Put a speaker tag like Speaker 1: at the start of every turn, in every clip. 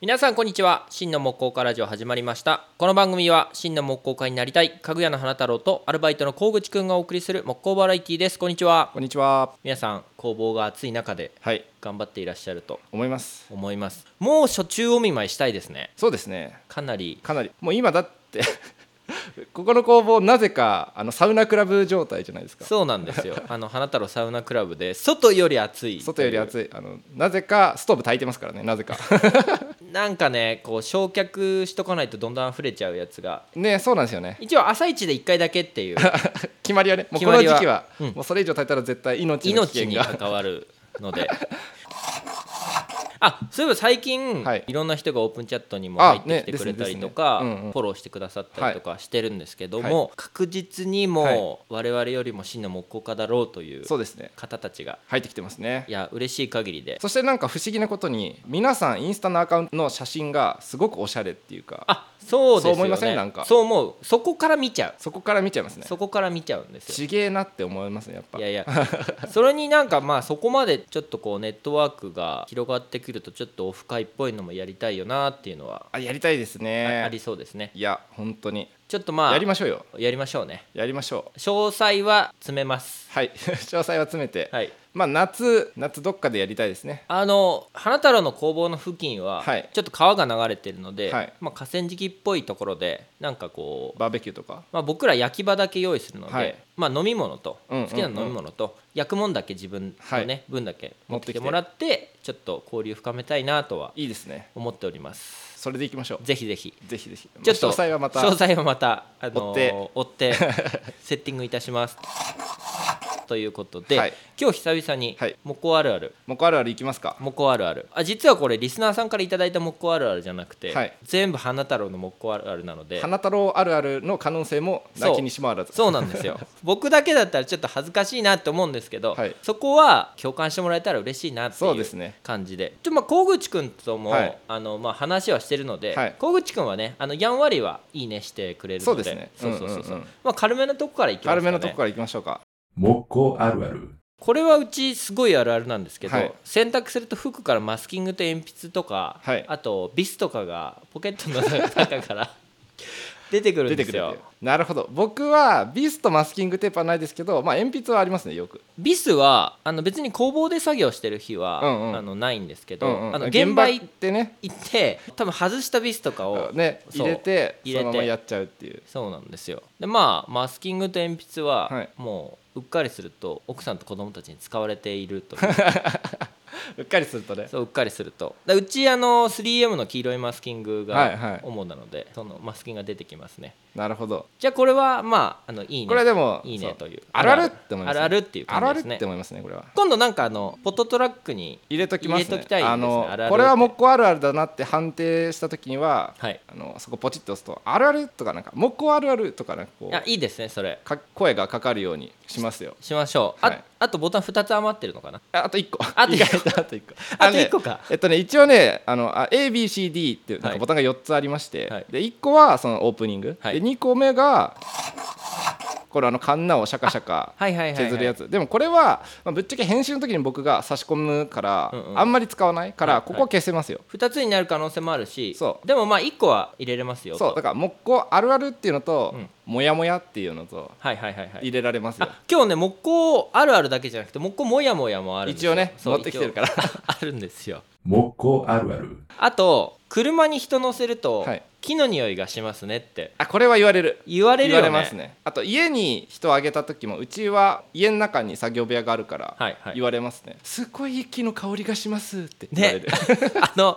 Speaker 1: 皆さんこんにちは真の木工家ラジオ始まりましたこの番組は真の木工家になりたいかぐやの花太郎とアルバイトの小口くんがお送りする木工バラエティですこんにちは
Speaker 2: こんにちは。
Speaker 1: 皆さん工房が暑い中で
Speaker 2: はい、
Speaker 1: 頑張っていらっしゃると
Speaker 2: 思います。
Speaker 1: 思いますもう初中お見舞いしたいですね
Speaker 2: そうですね。
Speaker 1: かなり
Speaker 2: かなりもう今だって ここの工房なぜかあのサウナクラブ状態じゃないですか。
Speaker 1: そうなんですよ あの花太郎サウナクラブで外より暑い
Speaker 2: 外より
Speaker 1: い
Speaker 2: 暑い。あのなぜかストーブ焚いてますからね。なぜか。
Speaker 1: なんかねこう焼却しとかないとどんどん溢れちゃうやつが
Speaker 2: ね、そうなんですよね。
Speaker 1: 一応朝一で1回だけっていう
Speaker 2: 決まりはね、もう
Speaker 1: 決
Speaker 2: こ
Speaker 1: ま
Speaker 2: の
Speaker 1: りは
Speaker 2: 時期は、
Speaker 1: うん
Speaker 2: もうそれ以上焚いたら絶対命の危
Speaker 1: 命
Speaker 2: 険
Speaker 1: に
Speaker 2: が。
Speaker 1: 関わるのであそういえば最近、
Speaker 2: はいい、
Speaker 1: ろんな人がオープンチャットにも入って
Speaker 2: あね
Speaker 1: きて
Speaker 2: です
Speaker 1: く
Speaker 2: ね
Speaker 1: れたりとか、
Speaker 2: ですねうんうん
Speaker 1: フォローしてくださったりとかしてるんですけども、確実にもう我々よりも真の木工家だろうという
Speaker 2: そうですね。
Speaker 1: 方たちが
Speaker 2: 入ってきてますね
Speaker 1: い。や嬉しい限りで
Speaker 2: そしてなんか不思議なことに皆さんインスタのアカウントの写真がすごくおしゃれっていうか
Speaker 1: あそうですよ、ね、
Speaker 2: そう思いませんなんか
Speaker 1: そう思うそこから見ちゃう
Speaker 2: そこから見ちゃいますね
Speaker 1: そこから見ちゃうんですよ
Speaker 2: ちげえなって思いますねやっぱ
Speaker 1: いやいや それになんかまあそこまでちょっとこうネットワークが広がってくるとちょっとオフ会っぽいのもやりたいよなっていうのは
Speaker 2: あやりたいです
Speaker 1: あ,、
Speaker 2: ね
Speaker 1: りそうですね
Speaker 2: いや本当に
Speaker 1: ちょっとまあ
Speaker 2: やりましょうよ
Speaker 1: やりましょうね
Speaker 2: やりましょう
Speaker 1: 詳細は詰めます
Speaker 2: はい 詳細は詰めて、
Speaker 1: はい
Speaker 2: まあ夏夏どっかでやりたいですね
Speaker 1: あの花太郎の工房の付近は
Speaker 2: はい
Speaker 1: ちょっと川が流れてるので、
Speaker 2: はい
Speaker 1: まあ、河川敷っぽいところでなんかこう、
Speaker 2: バーベキューとか
Speaker 1: まあ、僕ら焼き場だけ用意するので、
Speaker 2: はい
Speaker 1: まあ、飲み物と
Speaker 2: うんうんう
Speaker 1: 好
Speaker 2: ん
Speaker 1: きな飲み物と焼くもんだけ自分のね、
Speaker 2: は
Speaker 1: 分だけ持
Speaker 2: 持
Speaker 1: っ
Speaker 2: ってて
Speaker 1: き
Speaker 2: き
Speaker 1: て
Speaker 2: て
Speaker 1: もらってちょっと交流深めたいなとはい
Speaker 2: いですね
Speaker 1: 思っております
Speaker 2: それでいきましょう
Speaker 1: ぜひぜひ
Speaker 2: ぜひぜひ
Speaker 1: ちょっと
Speaker 2: まあ詳細はまた
Speaker 1: 詳細はまたあの
Speaker 2: 追って
Speaker 1: 追って セッティングいたしますということで、
Speaker 2: はい
Speaker 1: 今日久々に
Speaker 2: はい
Speaker 1: 「モコあるある」
Speaker 2: 木あるあるいきますか
Speaker 1: 木工あるあるあ実はこれリスナーさんからいただいた木工あるあるじゃなくて、
Speaker 2: はい
Speaker 1: 全部花太郎の木工あるあるなので
Speaker 2: 花太郎あるあるの可能性もなきにしもあらず
Speaker 1: そうなんですよ僕だけだったらちょっと恥ずかしいなって思うんですけど、
Speaker 2: はい
Speaker 1: そこは共感してもらえたら嬉しいなって
Speaker 2: そう
Speaker 1: い
Speaker 2: です
Speaker 1: う
Speaker 2: ね
Speaker 1: 感じでちょまあ小口くんとも、
Speaker 2: はい
Speaker 1: あのまあ、話はしてるので、
Speaker 2: はい
Speaker 1: 小口くんはねあのやんわりはいいねしてくれるので
Speaker 2: そうですね
Speaker 1: そうそうそうそう,、
Speaker 2: うんうんうん
Speaker 1: まあ、軽めのとこからいきますか、ね、
Speaker 2: 軽めのとこからいきましょうか
Speaker 3: 木工あるある
Speaker 1: これはうちすごいあるあるなんですけど、
Speaker 2: はい
Speaker 1: 洗濯すると服からマスキングと鉛筆とか、
Speaker 2: はい
Speaker 1: あとビスとかがポケットの中から 出てくるん
Speaker 2: 出
Speaker 1: です
Speaker 2: てくるっ
Speaker 1: よ
Speaker 2: ていうなるほど僕はビスとマスキングテープはないですけどまあ鉛筆はありますねよく
Speaker 1: ビスはあの別に工房で作業してる日は、
Speaker 2: うんうん
Speaker 1: あのないんですけど、
Speaker 2: うんうん
Speaker 1: あの現場行
Speaker 2: 行ってね
Speaker 1: って多分外したビスとかを、
Speaker 2: ね
Speaker 1: そう
Speaker 2: 入れて
Speaker 1: 入れて
Speaker 2: そのままやっちゃうっていう
Speaker 1: そうなんですよでまあマスキングと鉛筆は、
Speaker 2: はい
Speaker 1: もううっかりすると奥さんと子供たちに使われているという
Speaker 2: うっかりするとね
Speaker 1: そううっかりするとだうちあの 3M の黄色いマスキング
Speaker 2: はいは
Speaker 1: が
Speaker 2: い
Speaker 1: 主なので、そのマスキングが出てきますね
Speaker 2: なるほど
Speaker 1: じゃあこれはまああのいいね
Speaker 2: これでも
Speaker 1: いい
Speaker 2: そ
Speaker 1: ね
Speaker 2: う
Speaker 1: という
Speaker 2: あるあるって思いますね
Speaker 1: あるあるっていう
Speaker 2: あ
Speaker 1: 感じ
Speaker 2: られ
Speaker 1: です
Speaker 2: っ
Speaker 1: ね
Speaker 2: て思いますねこれは
Speaker 1: 今度なんかあのポトトラックに
Speaker 2: 入れときますね
Speaker 1: 入れときたいですね
Speaker 2: あの
Speaker 1: あるあるって
Speaker 2: これは木工あるあるだなって判定した時には、
Speaker 1: はい
Speaker 2: あのそこポチッと押すと「あるある」とかなんか「木工あるある」とかなんかこ
Speaker 1: あ
Speaker 2: う
Speaker 1: いいですねそれ
Speaker 2: か声がかかるようにしますよ
Speaker 1: しましょう、
Speaker 2: はい
Speaker 1: ああとボタン2つ余ってるのかな
Speaker 2: ああと1個
Speaker 1: あと一個
Speaker 2: 意外とあと1個
Speaker 1: あ
Speaker 2: の
Speaker 1: と
Speaker 2: ね
Speaker 1: 1個か
Speaker 2: えっとね一応ねあのあ ABCD っていうなん
Speaker 1: は
Speaker 2: か
Speaker 1: い
Speaker 2: ボタンが4つありまして、
Speaker 1: はい
Speaker 2: で1個はそのオープニング、
Speaker 1: はい
Speaker 2: で2個目がこれあのカンナをシャカシャカ
Speaker 1: はいはいはい、はい、
Speaker 2: 削るやつでもこれは、まあ、ぶっちゃけ編集の時に僕が差し込むから、
Speaker 1: うんうん
Speaker 2: あんまり使わないか
Speaker 1: はい
Speaker 2: ら
Speaker 1: はい
Speaker 2: ここは消せますよ、
Speaker 1: 2つになる可能性もあるし
Speaker 2: そう
Speaker 1: でもまあ1個は入れれますよと
Speaker 2: そうだから木工あるあるっていうのと、
Speaker 1: うん
Speaker 2: もやもやっていうのと
Speaker 1: はいはいはいはい
Speaker 2: 入れられますよ、
Speaker 1: あ今日ね木工あるあるだけじゃなくて木工もやもやもあるんです
Speaker 2: 一
Speaker 1: よ
Speaker 2: 応ね
Speaker 1: そう
Speaker 2: 持ってきてるから
Speaker 1: 一応 あるんですよ
Speaker 3: 木工あるある
Speaker 1: あと車に人乗せると、
Speaker 2: はい
Speaker 1: 木の匂いがしますねって
Speaker 2: あこれは言われる
Speaker 1: 言われる
Speaker 2: 言
Speaker 1: よ
Speaker 2: わ
Speaker 1: ね
Speaker 2: れますねあと家に人をあげた時もうちは家の中に作業部屋があるから、
Speaker 1: はいはい
Speaker 2: 言われますねすごい木の香りがしますって言われる、
Speaker 1: あの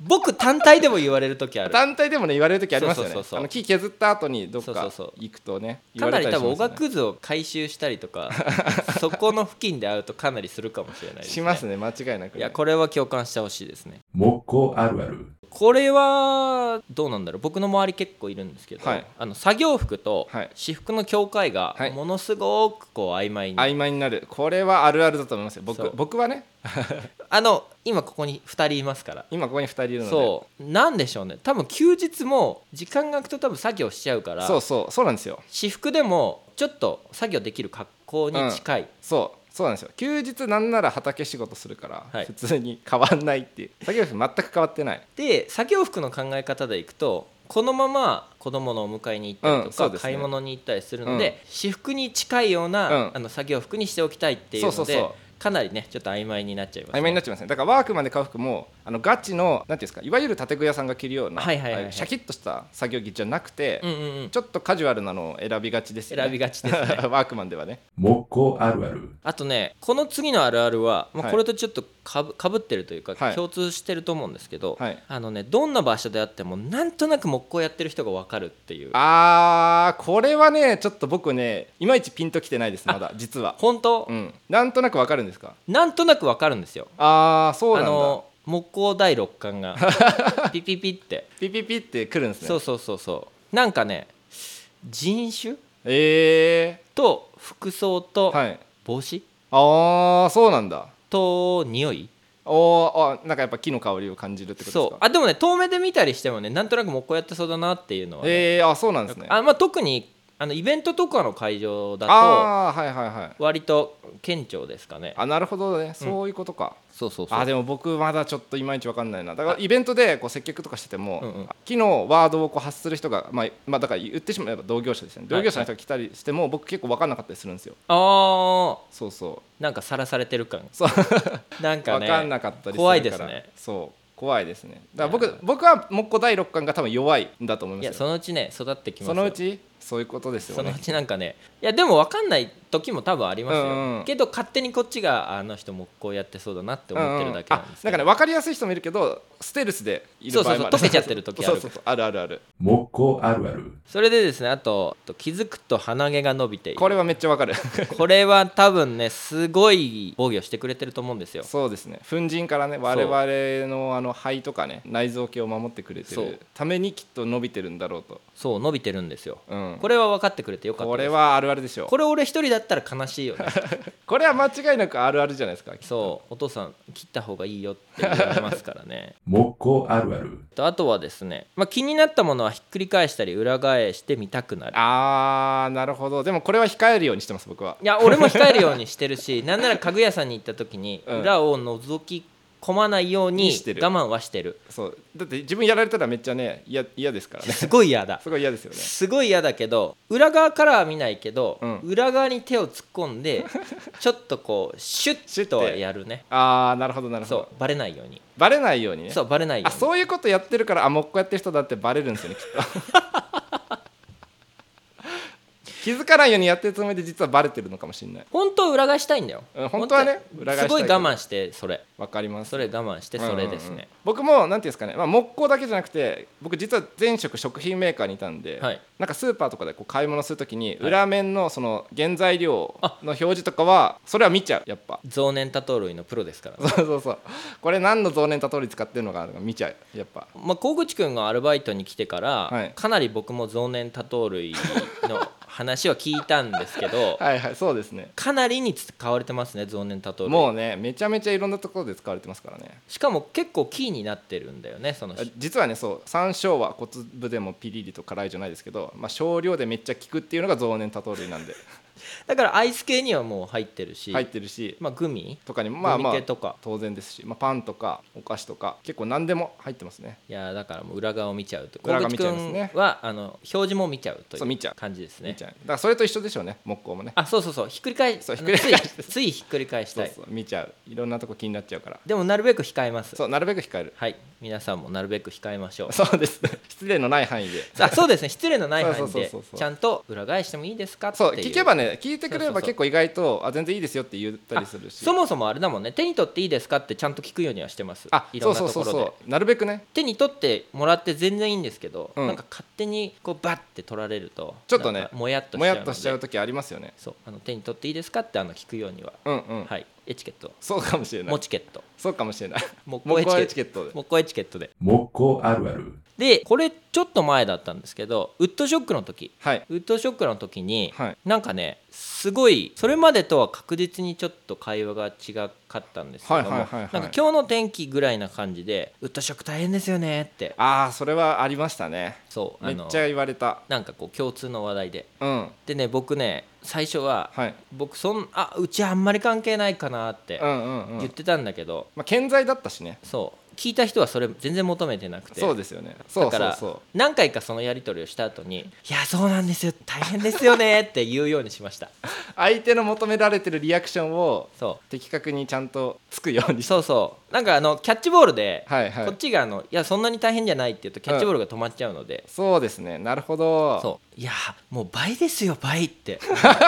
Speaker 1: 僕単体でも言われる時ある
Speaker 2: 単体でもね言われる時ありますよね
Speaker 1: そうそうそうそう
Speaker 2: あの木削った後にどっ
Speaker 1: そうそう
Speaker 2: か
Speaker 1: そう
Speaker 2: 行くとね言
Speaker 1: か
Speaker 2: わ
Speaker 1: な
Speaker 2: れ
Speaker 1: り
Speaker 2: た
Speaker 1: 多
Speaker 2: し
Speaker 1: 分お
Speaker 2: ます
Speaker 1: が
Speaker 2: ね
Speaker 1: くずを回収したりと かそこの付近で会うとかなりするかもしれないです、ね、
Speaker 2: しますね間違いなくね、
Speaker 1: いやこれは共感してほしいですね
Speaker 3: 木工あるある
Speaker 1: これはどうなんだろう僕の周り結構いるんですけど、
Speaker 2: はい
Speaker 1: あの作業服と
Speaker 2: はい
Speaker 1: 私服の境界が
Speaker 2: はい
Speaker 1: ものすごくこう曖昧に、
Speaker 2: 曖昧になるこれはあるあるだと思いますよ
Speaker 1: そう
Speaker 2: 僕僕はね
Speaker 1: あの今ここに2人いますから
Speaker 2: 今ここに2人いるので
Speaker 1: そうなんでしょうね多分休日も時間が空くと多分作業しちゃうから
Speaker 2: そうそうそうなんですよ
Speaker 1: 私服でもちょっと作業できる格好に近い、
Speaker 2: そそうなんですよ休日なんなら畑仕事するから、
Speaker 1: はい
Speaker 2: 普通に変わんないっていう作業服全く変わってない
Speaker 1: で作業服の考え方でいくとこのまま子供のお迎えに行ったり
Speaker 2: う
Speaker 1: と
Speaker 2: んそ
Speaker 1: か、
Speaker 2: うですね
Speaker 1: 買い物に行ったりするので、私服に近いような、
Speaker 2: うん
Speaker 1: あの作業服にしておきたいっていうので
Speaker 2: そうそうそ
Speaker 1: かなりねちょっと曖昧になっちゃいます、ね、
Speaker 2: 曖昧になっちゃいますねだからワークマンで買う服もあのガチのなんていうんですかいわゆる建具屋さんが着るような、
Speaker 1: はいはいはいはい
Speaker 2: ああうシャキッとした作業着じゃなくて、
Speaker 1: うんうんうん
Speaker 2: ちょっとカジュアルなのを選びがちですよね
Speaker 1: 選びがちですね
Speaker 2: ワークマンではね
Speaker 3: 木工あるある
Speaker 1: あとねこの次のあるあるは、ま
Speaker 2: は
Speaker 1: あ、
Speaker 2: い
Speaker 1: これとちょっとかぶかぶってるというか、
Speaker 2: はい
Speaker 1: 共通してると思うんですけど、
Speaker 2: はい
Speaker 1: あのねどんな場所であってもなんとなく木工やってる人が分かるっていう
Speaker 2: あーこれはねちょっと僕ねいまいちピンときてないですまだ 実は
Speaker 1: 本当、
Speaker 2: うんなんとなくわかるんですか
Speaker 1: なんとなく分かるんですよ
Speaker 2: ああそ
Speaker 1: あ
Speaker 2: うなんだ
Speaker 1: の木工第六感 がピピピって
Speaker 2: ピピピってくるんですね
Speaker 1: そうそうそうそうなんかね人種
Speaker 2: え
Speaker 1: と服装
Speaker 2: え
Speaker 1: と
Speaker 2: はい
Speaker 1: 帽子
Speaker 2: ああそうなんだ
Speaker 1: と匂い
Speaker 2: おーあなんかやっぱ木の香りを感じるってことですか
Speaker 1: そうあでもね遠目で見たりしてもねなんとなく木工やってそうだなっていうのはね、
Speaker 2: えー、あそうなんですね
Speaker 1: あまあ、特にあのイベントとかの会場だ
Speaker 2: ああーはいはいはい
Speaker 1: と割と顕著ですかね
Speaker 2: あなるほどねそういうことか、
Speaker 1: そうそう
Speaker 2: あでも僕まだちょっといまいちわかんないなだからイベントでこう接客とかしてても、
Speaker 1: うんうん
Speaker 2: 木のワードをこう発する人が、まあまあ、だから言ってしまえば同業者ですよね
Speaker 1: はい
Speaker 2: 同業者の人が来たりしても、僕結構わかんなかったりするんですよ
Speaker 1: あ
Speaker 2: そうそう
Speaker 1: ーなんかさらされてる感
Speaker 2: そう
Speaker 1: なんか
Speaker 2: わ
Speaker 1: ね
Speaker 2: かんなかったりするから
Speaker 1: 怖いですね
Speaker 2: そう怖いですねだか
Speaker 1: い
Speaker 2: ら
Speaker 1: や
Speaker 2: 僕僕はもっこ第六感が多分弱いんだと思
Speaker 1: い
Speaker 2: いますよ
Speaker 1: やそのうちね育ってきますよ
Speaker 2: そのうちそういうことですよ
Speaker 1: その
Speaker 2: ね
Speaker 1: うちなんかねいやでも分かんない時も多分ありますよ、
Speaker 2: うんうん
Speaker 1: けど勝手にこっちがあの人もこうやってそうだなって思ってるだけなんですけど、
Speaker 2: うんうんあなんかね分かりやすい人もいるけどステルスでいる場合もあ
Speaker 1: そうそうそう
Speaker 2: る
Speaker 1: 溶けちゃってる時ある
Speaker 2: そうそうそうあるあるある
Speaker 3: 木工あるある
Speaker 1: それでですねあとあと気づくと鼻毛が伸びている
Speaker 2: これはめっちゃわか る
Speaker 1: これは多分ねすごい防御してくれてると思うんですよ
Speaker 2: そうですね粉塵からね我々のあの肺とかね内臓系を守ってくれて
Speaker 1: そう
Speaker 2: るためにきっと伸びてるんだろうと、
Speaker 1: そう伸びてるんですよ、
Speaker 2: うん、
Speaker 1: これは分かってくれてよかった
Speaker 2: こ
Speaker 1: です
Speaker 2: れはあるあるでしょう
Speaker 1: これ俺一人だったら悲しいよ ね
Speaker 2: これは間違いなくあるあるじゃないですか
Speaker 1: そうお父さん切った方がいいよって言われますからね
Speaker 3: 木工あるある
Speaker 1: とあとはですね、まあ、気になったものはひっくり返したり裏返して見たくなる
Speaker 2: あーなるほどでもこれは控えるようにしてます僕はい
Speaker 1: や俺も控えるようにしてるし なんなら家具屋さんに行った時に
Speaker 2: うん
Speaker 1: 裏を覗き込まないように
Speaker 2: に
Speaker 1: 我
Speaker 2: してる
Speaker 1: 慢はしてる
Speaker 2: そうだって自分やられたらめっちゃね嫌嫌ですからね
Speaker 1: すごい嫌だ
Speaker 2: すごい嫌ですよね
Speaker 1: すごい嫌だけど裏側からは見ないけど、
Speaker 2: うん
Speaker 1: 裏側に手を突っ込ん でちょっとこうシュ
Speaker 2: シュ
Speaker 1: ッ
Speaker 2: ッ
Speaker 1: と
Speaker 2: て
Speaker 1: やるね
Speaker 2: あーなるほどなるほ
Speaker 1: そう
Speaker 2: ど
Speaker 1: バレないように
Speaker 2: バレないようにね
Speaker 1: そうバレないよ
Speaker 2: あ
Speaker 1: うに
Speaker 2: そういうことやってるからあもうこうやってる人だってバレるんですよねきっと 気づかないようにやってるつもりで実はバレてるのかもしれない
Speaker 1: 本当は裏返したいんだよ、
Speaker 2: うん本当はね裏返したい
Speaker 1: すごい我慢してそれ
Speaker 2: わかります
Speaker 1: それ我慢してそれですね、
Speaker 2: うんうんうん僕もなんていうんですかね、まあ、木工だけじゃなくて僕実は前職食品メーカーにいたんで、
Speaker 1: はい
Speaker 2: なんかスーパーとかでこう買い物するときに
Speaker 1: はい
Speaker 2: 裏面のその原材料の表示とかはそれは見ちゃうやっぱ
Speaker 1: 増年多頭類のプロですから
Speaker 2: そうそうそうこれ何の増年多通り使ってるのか見ちゃうやっぱ
Speaker 1: まあ、小口君がアルバイトに来てから、
Speaker 2: はい
Speaker 1: かなり僕も増年多頭類の話は聞いたんですけ ど
Speaker 2: はいはいそうですね
Speaker 1: かなりに使われてますね増年多頭類
Speaker 2: もうねめちゃめちゃいろんなところで使われてますからね
Speaker 1: しかも結構キーになってるんだよねその
Speaker 2: あ実はねそう山椒は小粒でもピリリと辛いじゃないですけど、まあ、少量でめっちゃ効くっていうのが増年多糖 類なんで
Speaker 1: だからアイス系にはもう入ってるし、
Speaker 2: 入ってるし
Speaker 1: まあ、グミ
Speaker 2: とかにもまあまあ
Speaker 1: グミ系とか
Speaker 2: 当然ですし、まあ、パンとかお菓子とか結構何でも入ってますね
Speaker 1: いやだからもう裏側を見ちゃうと小
Speaker 2: 裏側
Speaker 1: 口
Speaker 2: 見ちゃいますね
Speaker 1: 君はあの表示も見ちゃうと
Speaker 2: そう
Speaker 1: い
Speaker 2: 見
Speaker 1: う
Speaker 2: ちゃう
Speaker 1: 感じです
Speaker 2: み
Speaker 1: ね
Speaker 2: ーちゃんだからそれと一緒でしょうね木工もね
Speaker 1: あそうそうそうひっくり返
Speaker 2: そう
Speaker 1: あの
Speaker 2: ひっくり返
Speaker 1: ついついひっくり返し
Speaker 2: そ
Speaker 1: た
Speaker 2: う
Speaker 1: い
Speaker 2: そう見ちゃういろんなとこ気になっちゃうから
Speaker 1: でもなるべく控えます
Speaker 2: そうなるべく控える
Speaker 1: はい皆さんもなるべく控えましょう
Speaker 2: そうですね失礼のない範囲で
Speaker 1: あそうですね失礼のない範
Speaker 2: そ
Speaker 1: 囲
Speaker 2: うそうそう
Speaker 1: で
Speaker 2: そうそう
Speaker 1: ちゃんと裏返してもいいですかってい
Speaker 2: そうう聞けばね聞いてくれれ
Speaker 1: そうそう
Speaker 2: ば
Speaker 1: そう
Speaker 2: 結構意外とあ全然いいですよって言ったりするし
Speaker 1: そもそもあれだもんね手に取っていいですかってちゃんと聞くようにはしてます
Speaker 2: あ
Speaker 1: いろ
Speaker 2: そうん
Speaker 1: な
Speaker 2: そ
Speaker 1: と
Speaker 2: うそ
Speaker 1: こ
Speaker 2: う
Speaker 1: ろ
Speaker 2: そ
Speaker 1: で
Speaker 2: うなるべくね
Speaker 1: 手に取ってもらって全然いいんですけど、
Speaker 2: うん
Speaker 1: なんか勝手にこうバッて取られると
Speaker 2: ちょっとね
Speaker 1: なんかもやっとし
Speaker 2: も
Speaker 1: ちゃう
Speaker 2: や
Speaker 1: の
Speaker 2: っ
Speaker 1: で
Speaker 2: としちゃう時ありますよね
Speaker 1: そうあの手に取っていいですかってあの聞くようには、
Speaker 2: うんうん
Speaker 1: はいエチケット
Speaker 2: そうかもしれない
Speaker 1: もチケット
Speaker 2: そうかもしれない。
Speaker 1: もう
Speaker 2: も
Speaker 1: こう
Speaker 2: う一回エチケットで。
Speaker 1: もうこうエチケットで
Speaker 3: 木工あるある
Speaker 1: でこれちょっと前だったんですけどウッドショックの時
Speaker 2: はい
Speaker 1: ウッドショックの時に、
Speaker 2: はい
Speaker 1: なんかねすごいそれまでとは確実にちょっと会話が違かったんですけども、
Speaker 2: はいはいはいはい
Speaker 1: なんか今日の天気ぐらいな感じでウッドショック大変ですよねって
Speaker 2: ああそれはありましたね
Speaker 1: そう
Speaker 2: め
Speaker 1: あ
Speaker 2: っ
Speaker 1: の
Speaker 2: ちゃ言われた
Speaker 1: なんかこう共通の話題で
Speaker 2: うん
Speaker 1: でね僕ね最初は、
Speaker 2: はい
Speaker 1: 僕そんあうちあんまり関係ないかなって
Speaker 2: うんうんう
Speaker 1: 言っ
Speaker 2: ん
Speaker 1: てたんだけど、
Speaker 2: まあ健在だったしね
Speaker 1: そう聞いた人はそれ全然求めてなくて
Speaker 2: そうですよねそう
Speaker 1: だか
Speaker 2: そう
Speaker 1: ら
Speaker 2: そ
Speaker 1: 何回かそのやり取りをした後に「いやそうなんですよ大変ですよね」って言うようにしました
Speaker 2: う相手の求められてるリアクションを
Speaker 1: そ
Speaker 2: 的確にちゃんとつくように
Speaker 1: う
Speaker 2: し
Speaker 1: そうそうなんかあのキャッチボールで、
Speaker 2: はいは
Speaker 1: こっ
Speaker 2: い
Speaker 1: ちがあの「いやそんなに大変じゃない」って言うとキャッチボールが止まっちゃうので、
Speaker 2: そうですねなるほど
Speaker 1: そういやもう倍ですよ倍って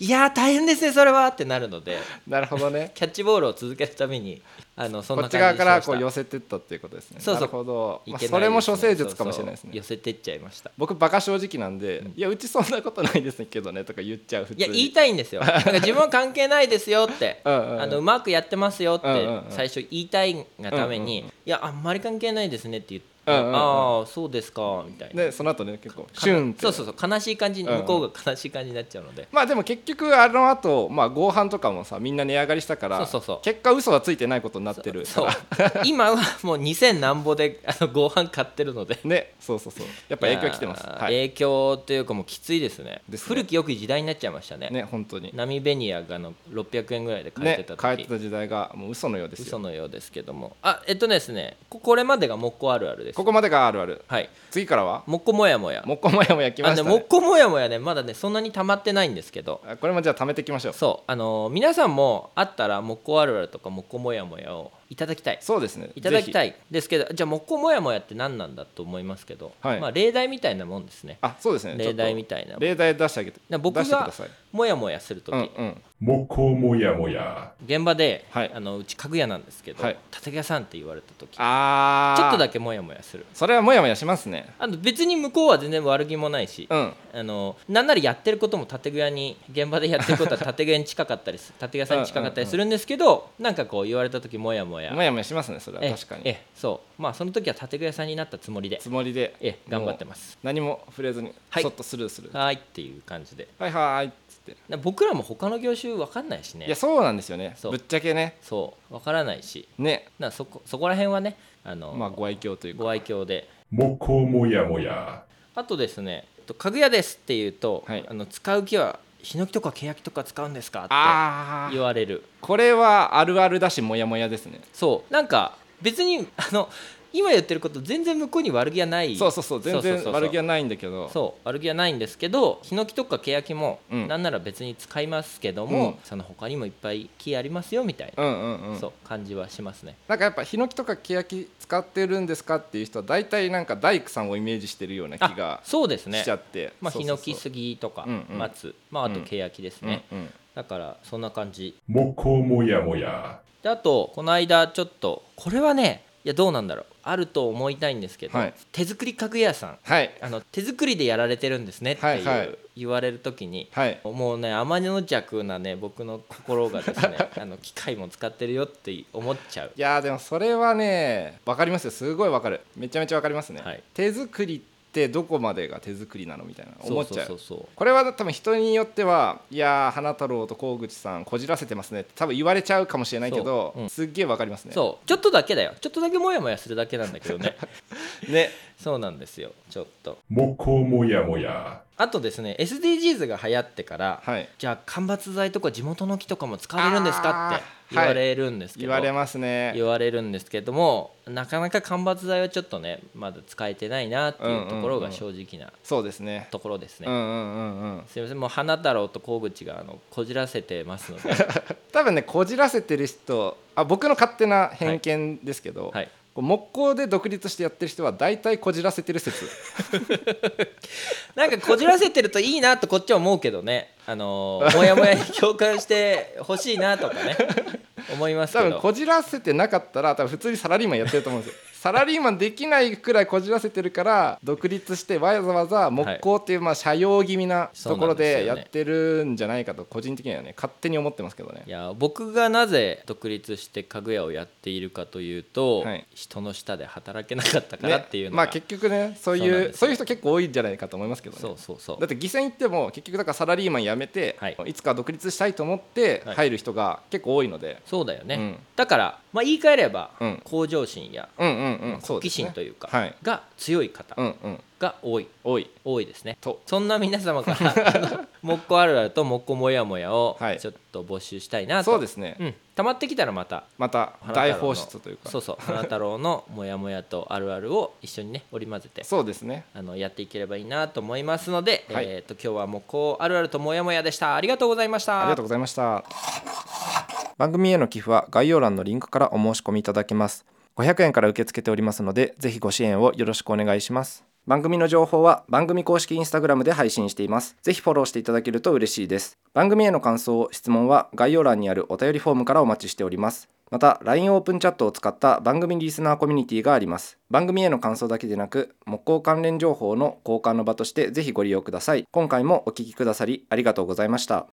Speaker 1: いや大変ですねそれはってなるので
Speaker 2: なるほどね
Speaker 1: キャッチボールを続けるためにあのそん
Speaker 2: こ
Speaker 1: な感
Speaker 2: っち
Speaker 1: じ
Speaker 2: 側
Speaker 1: で
Speaker 2: からこう
Speaker 1: し
Speaker 2: 寄
Speaker 1: ま
Speaker 2: せてったっていうことですね
Speaker 1: そうそう
Speaker 2: なるほど、まあ
Speaker 1: したいけないですね
Speaker 2: それも処世術かもしれないです
Speaker 1: そうそう
Speaker 2: ね
Speaker 1: 寄せてっちゃいました
Speaker 2: 僕バカ正直なんで、いやうちそんなことないですけどねとか言っちゃう普通
Speaker 1: い
Speaker 2: に
Speaker 1: や言いたいんですよ なんか自分は関係ないですよって
Speaker 2: うんうんうん
Speaker 1: あのうまくやってますよっ
Speaker 2: うんうん
Speaker 1: て
Speaker 2: うん
Speaker 1: 最初言いたいがために、いやあんまり関係ないですねって言って、
Speaker 2: うんうんうん
Speaker 1: ああそうですかみたいな
Speaker 2: でその後ね結構シュンって
Speaker 1: そうそうそう悲しい感じに
Speaker 2: うんうん
Speaker 1: 向こうが悲しい感じになっちゃうので、
Speaker 2: まあでも結局あの後、まあ合飯とかもさみんな値上がりしたから
Speaker 1: そうそうそう
Speaker 2: 結果嘘はついてないことになってる
Speaker 1: そう
Speaker 2: から
Speaker 1: 今はもう2000何ぼであのご飯買ってるので
Speaker 2: ねそうそうそうやっぱ影響来てます
Speaker 1: いやー
Speaker 2: はい
Speaker 1: 影響というかもうきついですね
Speaker 2: ですね
Speaker 1: 古き良き時代になっちゃいましたね
Speaker 2: ね本当に
Speaker 1: ナミベニアがあの600円ぐらいで買えて
Speaker 2: ね
Speaker 1: た時、
Speaker 2: 変えてた時代がもう嘘のようです
Speaker 1: 嘘
Speaker 2: よ
Speaker 1: のようですけどもあえっとですねここれまでが木工あるあるです
Speaker 2: ここまでがあるある
Speaker 1: はい
Speaker 2: 次からは
Speaker 1: 木工もやもや
Speaker 2: もっこもやもやきま
Speaker 1: あね
Speaker 2: した
Speaker 1: 木
Speaker 2: ね
Speaker 1: 工もやもやねまだねそんなに溜まってないんですけど
Speaker 2: あこれもじゃあ貯めていきましょう
Speaker 1: そうあのー皆さんもあったら木工あるあるとか木工もやもやをいただきたい
Speaker 2: そうですね
Speaker 1: いただき
Speaker 2: ぜひ
Speaker 1: たいですけどじゃあ木工もやもやって何なんだと思いますけど、
Speaker 2: はい
Speaker 1: まあ例題みたいなもんですね
Speaker 2: あそうですね
Speaker 1: 例題み
Speaker 2: た
Speaker 1: たいな
Speaker 2: 例題出してあげて
Speaker 1: な僕
Speaker 2: 出してく
Speaker 1: が
Speaker 2: ださい
Speaker 1: もやもやする時、
Speaker 2: うんうん
Speaker 3: もこもやもや
Speaker 1: 現場で、
Speaker 2: はい
Speaker 1: あのうち家具屋なんですけど、
Speaker 2: はい
Speaker 1: 建具屋さんって言われた時ちょ
Speaker 2: あー
Speaker 1: っとだけもやもやする
Speaker 2: それはもやもやしますね
Speaker 1: あの別に向こうは全然悪気もないし、
Speaker 2: うん
Speaker 1: あのなんならやってることも建具屋に現場でやってることは建具屋に近かったり す建具屋さんに近かったりするんですけど、なんかこう言われた時もやもや
Speaker 2: もやもやしますねそれ
Speaker 1: え
Speaker 2: は確かに
Speaker 1: えそうまあその時は建具屋さんになったつもりで
Speaker 2: つもりで
Speaker 1: え頑張ってます
Speaker 2: もう何も触れずに
Speaker 1: はい
Speaker 2: そっとスルーするは
Speaker 1: はーいっていう感じで
Speaker 2: いはいっつって
Speaker 1: な僕らも他の業種分かんないしね
Speaker 2: いやそうなんですよね
Speaker 1: そう
Speaker 2: ぶっちゃけね
Speaker 1: そう分からないし
Speaker 2: ね
Speaker 1: なそこそこら辺はねあの、
Speaker 2: まあご愛嬌というか
Speaker 1: ご愛嬌で
Speaker 3: もこもやもや
Speaker 1: あとですねえっと「家具屋です」って言うと、
Speaker 2: はい
Speaker 1: あの使う木はヒノキとかケヤキとか使うんですかっ
Speaker 2: あ
Speaker 1: て言
Speaker 2: あ
Speaker 1: われる
Speaker 2: これはあるあるだしもやもやですね
Speaker 1: そうなんか別にあの今言ってること全然向こうに悪気はない
Speaker 2: そうそうそう全然悪気
Speaker 1: は
Speaker 2: はないんだけど
Speaker 1: そう悪気はないんですけどヒノキとかケヤキも、
Speaker 2: うん
Speaker 1: なんなら別に使いますけども、
Speaker 2: うん
Speaker 1: その他にもいっぱい木ありますよみたいな、
Speaker 2: うんうんうん
Speaker 1: そう感じはしますね
Speaker 2: なんかやっぱヒノキとかケヤキ使ってるんですかっていう人は大体なんか大工さんをイメージしてるような気
Speaker 1: あ
Speaker 2: が
Speaker 1: そうですね
Speaker 2: しちゃって
Speaker 1: まあ、
Speaker 2: そう
Speaker 1: ヒ
Speaker 2: そ
Speaker 1: ノ
Speaker 2: うそう
Speaker 1: キ杉とか
Speaker 2: うんうん
Speaker 1: 松、まあ、あと
Speaker 2: うん
Speaker 1: ケヤキです
Speaker 2: うん
Speaker 1: ね、
Speaker 2: うん
Speaker 1: だからそんな感じ
Speaker 3: もこもやもや
Speaker 1: であとこの間ちょっとこれはねいやどうなんだろうあると思いたいんですけど、
Speaker 2: はい
Speaker 1: 手作り家具屋さん
Speaker 2: はい
Speaker 1: あの手作りでやられてるんですねっていう、
Speaker 2: はいはい
Speaker 1: 言われる時に
Speaker 2: はい
Speaker 1: もうね天の弱なね僕の心がです ねあの機械も使ってるよって思っちゃう
Speaker 2: いやーでもそれはね分かりますよすごい分かるめちゃめちゃ分かりますね、
Speaker 1: はい
Speaker 2: 手作りってどこまでが手作りなのみたいな思っちゃ
Speaker 1: そうそ
Speaker 2: う
Speaker 1: うそうそう
Speaker 2: これは多分人によってはいやー花太郎と河口さんこじらせてますねって多分言われちゃうかもしれないけど、
Speaker 1: そううん
Speaker 2: すっげえ分かりますね
Speaker 1: そうちょっとだけだよちょっとだけモヤモヤするだけなんだけど ね
Speaker 2: ね
Speaker 1: そうなんですよちょっと
Speaker 3: もこもやもや
Speaker 1: あとですね SDGs が流行ってから、
Speaker 2: はい
Speaker 1: じゃあ間伐材とか地元の木とかも使われるんですかって
Speaker 2: あー
Speaker 1: 言われるんですけ
Speaker 2: 言
Speaker 1: ど、
Speaker 2: われますね
Speaker 1: 言われるんですけどもなかなか間伐材はちょっとねまだ使えてないなっていうところが正直な
Speaker 2: そうですね
Speaker 1: ところですね、
Speaker 2: うんうんうんうん
Speaker 1: すいませんもう花太郎と小口があのこじらせてますので
Speaker 2: 多分ねこじらせてる人あ僕の勝手な偏見ですけど、
Speaker 1: はい
Speaker 2: こう木工で独立してやってる人は大体こじらせてる 説
Speaker 1: なんかこじらせてるといいなとこっちは思うけどねあのーもやもやに共感してほしいなとかね思いますけ
Speaker 2: 多分
Speaker 1: ど
Speaker 2: こじらせてなかったら多分普通にサラリーマンやってると思うんですよサラリーマンできないくらいこじらせてるから独立してわざわざ木工っていうまあ社用気味なところで
Speaker 1: そうな
Speaker 2: や
Speaker 1: んですよね
Speaker 2: ってるんじゃないかと個人的にはね勝手に思ってますけどね
Speaker 1: いや僕がなぜ独立して家具屋をやっているかというと、
Speaker 2: はい
Speaker 1: 人の下で働けなかったか
Speaker 2: ね
Speaker 1: らっていうの
Speaker 2: ま
Speaker 1: が、
Speaker 2: あ結局ねそう
Speaker 1: そうなん
Speaker 2: い
Speaker 1: で
Speaker 2: う
Speaker 1: すよ
Speaker 2: そういう人結構多いんじゃないかと思いますけどね
Speaker 1: そうそうそう
Speaker 2: だって犠牲行っても結局だからサラリーマン辞めて、
Speaker 1: はい
Speaker 2: い、つか独立したいと思って
Speaker 1: はい
Speaker 2: 入る人が結構多いので、
Speaker 1: そうだよね、
Speaker 2: うん
Speaker 1: だから、まあ、言い換えれば、
Speaker 2: うん
Speaker 1: 向上心や
Speaker 2: うんうんうんそ
Speaker 1: 好
Speaker 2: うで
Speaker 1: 奇
Speaker 2: すね
Speaker 1: 心というか、
Speaker 2: はい
Speaker 1: が強い方
Speaker 2: うんうん
Speaker 1: が多い、
Speaker 2: 多い
Speaker 1: 多いですね
Speaker 2: と
Speaker 1: そんな皆様からあ の木工あるあると木工もやもやを
Speaker 2: はい
Speaker 1: ちょっと募集したいなと、
Speaker 2: そうですね、
Speaker 1: うん、溜まってきたらまた
Speaker 2: また
Speaker 1: 花太郎
Speaker 2: 大
Speaker 1: の
Speaker 2: 放出というか
Speaker 1: そうそう花太郎のもやもやとあるあるを一緒にね織り交ぜて
Speaker 2: そうですね
Speaker 1: あのやっていければいいなと思いますので、
Speaker 2: はい
Speaker 1: えっ、と今日はもうこうあるあるともやもやでした。ありがとうございました。
Speaker 2: ありがとうございました番組への寄付は概要欄のリンクからお申し込みいただけます500円から受け付けておりますのでぜひご支援をよろしくお願いします番組の情報は番組公式インスタグラムで配信していますぜひフォローしていただけると嬉しいです番組への感想質問は概要欄にあるお便りフォームからお待ちしておりますまた LINE オープンチャットを使った番組リスナーコミュニティがあります番組への感想だけでなく木工関連情報の交換の場としてぜひご利用ください今回もお聞きくださりありがとうございました